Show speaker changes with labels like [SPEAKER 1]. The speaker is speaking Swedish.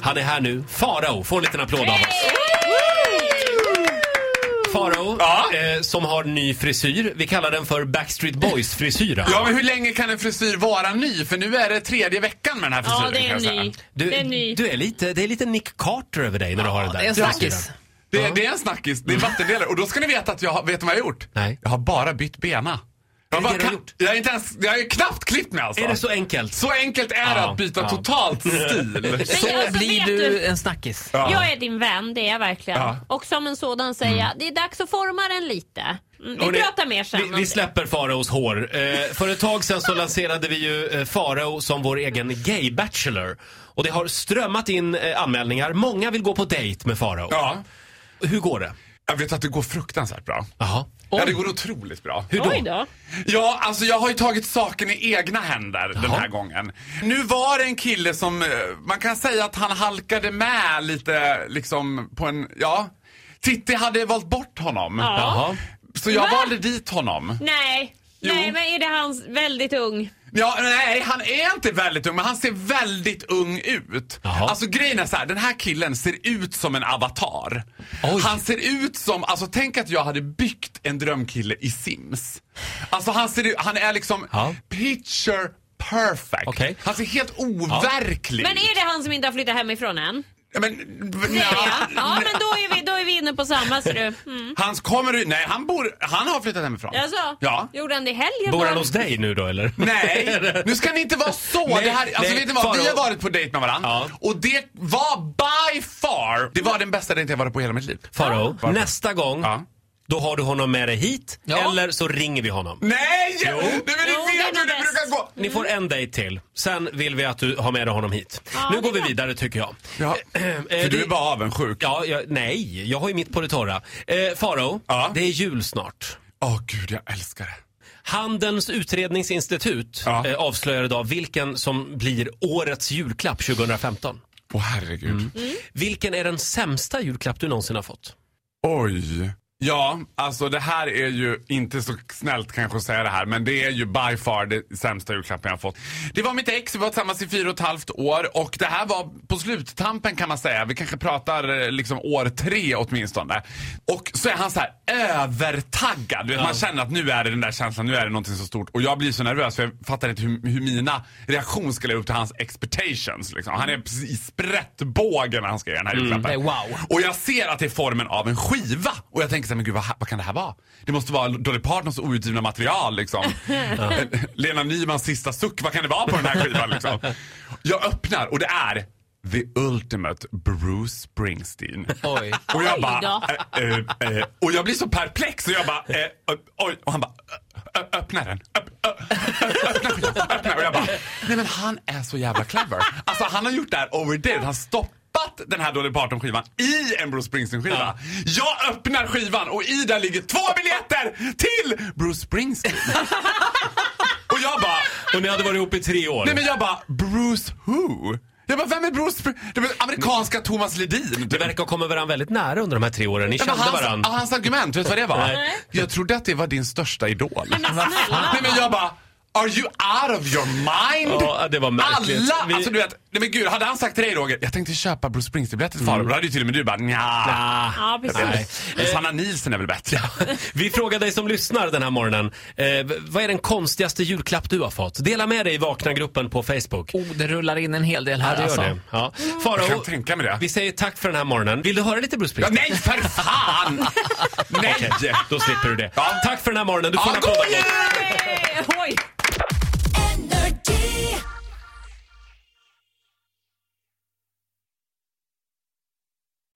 [SPEAKER 1] Han är här nu. Farao, få en liten applåd av oss. Farao,
[SPEAKER 2] Ja?
[SPEAKER 1] eh, som har ny frisyr. Vi kallar den för Backstreet Boys-frisyren.
[SPEAKER 2] Ja, men hur länge kan en frisyr vara ny? För nu är det tredje veckan med den här frisyren.
[SPEAKER 3] Ja, det
[SPEAKER 2] kan
[SPEAKER 3] är
[SPEAKER 2] jag säga.
[SPEAKER 3] ny.
[SPEAKER 1] Du,
[SPEAKER 3] det är ny.
[SPEAKER 1] du är lite, det är lite Nick Carter över dig när du har den där.
[SPEAKER 4] det är en
[SPEAKER 1] frisyren.
[SPEAKER 4] snackis.
[SPEAKER 2] Det, det är en snackis, det är vattendelare. Och då ska ni veta att jag har, vet ni vad jag har gjort?
[SPEAKER 1] Nej.
[SPEAKER 2] Jag har bara bytt bena. Jag
[SPEAKER 1] Är
[SPEAKER 2] har,
[SPEAKER 1] det det
[SPEAKER 2] bara,
[SPEAKER 1] du har
[SPEAKER 2] ka-
[SPEAKER 1] gjort?
[SPEAKER 2] jag har inte ens, jag har ju knappt klippt mig alltså.
[SPEAKER 1] Är det så enkelt?
[SPEAKER 2] Så enkelt är det
[SPEAKER 1] Ja,
[SPEAKER 2] att byta
[SPEAKER 1] ja.
[SPEAKER 2] totalt stil.
[SPEAKER 4] Så
[SPEAKER 3] alltså,
[SPEAKER 4] blir
[SPEAKER 3] vet
[SPEAKER 4] du
[SPEAKER 3] du-
[SPEAKER 4] en snackis.
[SPEAKER 2] Ja.
[SPEAKER 3] Jag är din vän, det är jag verkligen.
[SPEAKER 2] Ja.
[SPEAKER 3] Och som en sådan säger jag, det är dags att forma den lite. Mm, Vi
[SPEAKER 1] Hörrni,
[SPEAKER 3] pratar mer sen.
[SPEAKER 1] Vi, vi släpper Faraos hår. Eh, för ett tag sedan så lanserade vi ju eh, Farao som vår egen gay-bachelor. Och det har strömmat in eh, anmälningar. Många vill gå på dejt med Farao.
[SPEAKER 2] Ja.
[SPEAKER 1] Hur går det?
[SPEAKER 2] Jag vet att det går fruktansvärt bra.
[SPEAKER 1] Jaha.
[SPEAKER 2] Ja, det går otroligt bra.
[SPEAKER 1] Hur då?
[SPEAKER 3] Oj då.
[SPEAKER 2] Ja, alltså jag har ju tagit saken i egna händer den
[SPEAKER 1] Jaha.
[SPEAKER 2] här gången. Nu var det en kille som, eh, man kan säga att han halkade med lite liksom på en, ja. Titti hade valt bort honom.
[SPEAKER 1] Jaha.
[SPEAKER 2] Så jag
[SPEAKER 3] Va?
[SPEAKER 2] valde dit honom.
[SPEAKER 3] Nej.
[SPEAKER 2] Jo.
[SPEAKER 3] Nej, men är det hans väldigt ung?
[SPEAKER 2] Ja, nej, han är inte väldigt ung, men han ser väldigt ung ut.
[SPEAKER 1] Jaha.
[SPEAKER 2] Alltså grejen är så här, den här killen ser ut som en avatar.
[SPEAKER 1] Oj.
[SPEAKER 2] Han ser ut som, alltså tänk att jag hade byggt en drömkille i Sims. Alltså han ser ut, han är liksom
[SPEAKER 1] Ja.
[SPEAKER 2] picture perfect.
[SPEAKER 1] Okej.
[SPEAKER 2] Han ser helt overklig
[SPEAKER 3] Men är
[SPEAKER 2] ut.
[SPEAKER 3] det han som inte har flyttat hemifrån än?
[SPEAKER 2] Men,
[SPEAKER 3] Det är det. Ja, men då är vi, då är vi inne på samma ser du. Mm.
[SPEAKER 2] Hans kommer nej han bor, han har flyttat hemifrån.
[SPEAKER 3] Alltså,
[SPEAKER 2] Ja.
[SPEAKER 3] Gjorde han det i helgen?
[SPEAKER 1] Bor
[SPEAKER 3] Var
[SPEAKER 1] han hos dig nu då eller?
[SPEAKER 2] Nej, nu ska ni inte vara så.
[SPEAKER 1] Nej,
[SPEAKER 2] det här, alltså,
[SPEAKER 1] nej,
[SPEAKER 2] vet ni vad? Vi
[SPEAKER 1] Faro.
[SPEAKER 2] har varit på dejt med varandra
[SPEAKER 1] Ja.
[SPEAKER 2] och det var by far, det var den bästa dejten jag varit på i hela mitt liv.
[SPEAKER 1] Farao,
[SPEAKER 2] Ja.
[SPEAKER 1] nästa gång
[SPEAKER 2] Ja.
[SPEAKER 1] då har du honom med dig hit
[SPEAKER 4] Ja.
[SPEAKER 1] eller så ringer vi honom.
[SPEAKER 2] Nej! Nej men ni
[SPEAKER 3] Jo,
[SPEAKER 2] vet
[SPEAKER 3] den är
[SPEAKER 2] hur det
[SPEAKER 3] bäst.
[SPEAKER 2] brukar gå.
[SPEAKER 1] Ni får en dejt till. Sen vill vi att du har med dig honom hit.
[SPEAKER 3] Ja,
[SPEAKER 1] nu
[SPEAKER 3] det
[SPEAKER 1] går
[SPEAKER 3] är
[SPEAKER 1] vi
[SPEAKER 3] bra.
[SPEAKER 1] vidare tycker jag. Eh,
[SPEAKER 2] Ja. För du är bara avundsjuk.
[SPEAKER 1] Ja, jag, nej, jag har ju mitt på det torra. Eh, Farao,
[SPEAKER 2] Ja.
[SPEAKER 1] det är jul snart.
[SPEAKER 2] Åh gud, jag älskar det.
[SPEAKER 1] Handelns utredningsinstitut
[SPEAKER 2] Ja.
[SPEAKER 1] eh, avslöjar idag vilken som blir årets julklapp 2015.
[SPEAKER 2] Åh herregud.
[SPEAKER 1] Mm. Vilken är den sämsta julklapp du någonsin har fått?
[SPEAKER 2] Oj. Ja, alltså det här är ju inte så snällt kanske att säga det här, men det är ju by far det sämsta julklappen jag har fått. Det var mitt ex, vi var tillsammans i fyra och ett halvt år och det här var på sluttampen kan man säga. Vi kanske pratar eh, liksom år tre åtminstone. Och så är han så här övertaggad. Du vet, Man känner att nu är det den där känslan, nu är det någonting så stort. Och jag blir så nervös för jag fattar inte hur, hur mina reaktioner ska leva upp till hans expectations. Liksom. Han är precis i sprättbågen när han ska ge den här julklappen.
[SPEAKER 4] Nej, wow.
[SPEAKER 2] Och jag ser att det är formen av en skiva. Och jag tänker så här, men gud vad, vad kan det här vara? Det måste vara Dolly Partons outgivna material liksom. Lena Nymans sista suck, vad kan det vara på den här skivan liksom? Jag öppnar och det är The Ultimate Bruce Springsteen.
[SPEAKER 4] Oj.
[SPEAKER 2] Och jag
[SPEAKER 3] Oj
[SPEAKER 2] bara,
[SPEAKER 3] då.
[SPEAKER 2] eh, eh, eh. och jag blir så perplex och jag bara, eh, ö- oj, och han bara, ö- ö- öppna den. Öpp- ö- ö- Öppna skivan, öppna. Och jag bara, nej men han är så jävla clever. Alltså han har gjort det här overdid, han stoppat den här Dolly Parton-skivan i en Bruce Springsteen-skiva. Jag öppnar skivan och i den ligger två biljetter till Bruce Springsteen. och jag bara,
[SPEAKER 1] Och ni hade varit ihop i tre år.
[SPEAKER 2] Nej men jag bara, Bruce who? Jag bara, vem är Bruce Spr- Det var amerikanska Thomas Ledin.
[SPEAKER 1] Det verkar ha kommit varandra väldigt nära under de här tre åren. Ni
[SPEAKER 2] Ja, men
[SPEAKER 1] kände
[SPEAKER 2] hans,
[SPEAKER 1] varandra.
[SPEAKER 2] ja, hans argument, vet du vad det var?
[SPEAKER 1] Nej.
[SPEAKER 2] Jag trodde att det var din största idol.
[SPEAKER 3] Men snälla.
[SPEAKER 2] Nej men jag bara, are you out of your mind?
[SPEAKER 1] Ja, det var märkligt.
[SPEAKER 2] Alla,
[SPEAKER 1] Vi-
[SPEAKER 2] alltså du vet, nej men gud, hade han sagt till dig Roger, jag tänkte köpa Bruce Springsteen-biljetter till Farao, då hade ju till och med du bara, nja.
[SPEAKER 1] Ah.
[SPEAKER 3] Ja,
[SPEAKER 1] Mm. Nej.
[SPEAKER 3] precis.
[SPEAKER 2] Men Sanna Nielsen är väl bättre?
[SPEAKER 1] Vi frågar dig som lyssnar den här morgonen. Eh, v- vad är den konstigaste julklapp du har fått? Dela med dig i Vakna-gruppen på Facebook.
[SPEAKER 4] Oh, det rullar in en hel del
[SPEAKER 1] Ja,
[SPEAKER 4] här
[SPEAKER 1] det gör
[SPEAKER 4] alltså.
[SPEAKER 1] det. Ja.
[SPEAKER 2] Jag kan
[SPEAKER 1] Farao,
[SPEAKER 2] tänka mig det.
[SPEAKER 1] vi säger tack för den här morgonen. Vill du höra lite Bruce
[SPEAKER 2] Ja,
[SPEAKER 1] Springsteen?
[SPEAKER 2] nej för fan! nej!
[SPEAKER 1] Okej, då slipper du det.
[SPEAKER 2] Ja.
[SPEAKER 1] Tack för den här morgonen. Du får
[SPEAKER 2] Ja,
[SPEAKER 1] en
[SPEAKER 2] god
[SPEAKER 1] applåd av
[SPEAKER 2] jul!
[SPEAKER 1] oss.
[SPEAKER 3] Eh, Oj.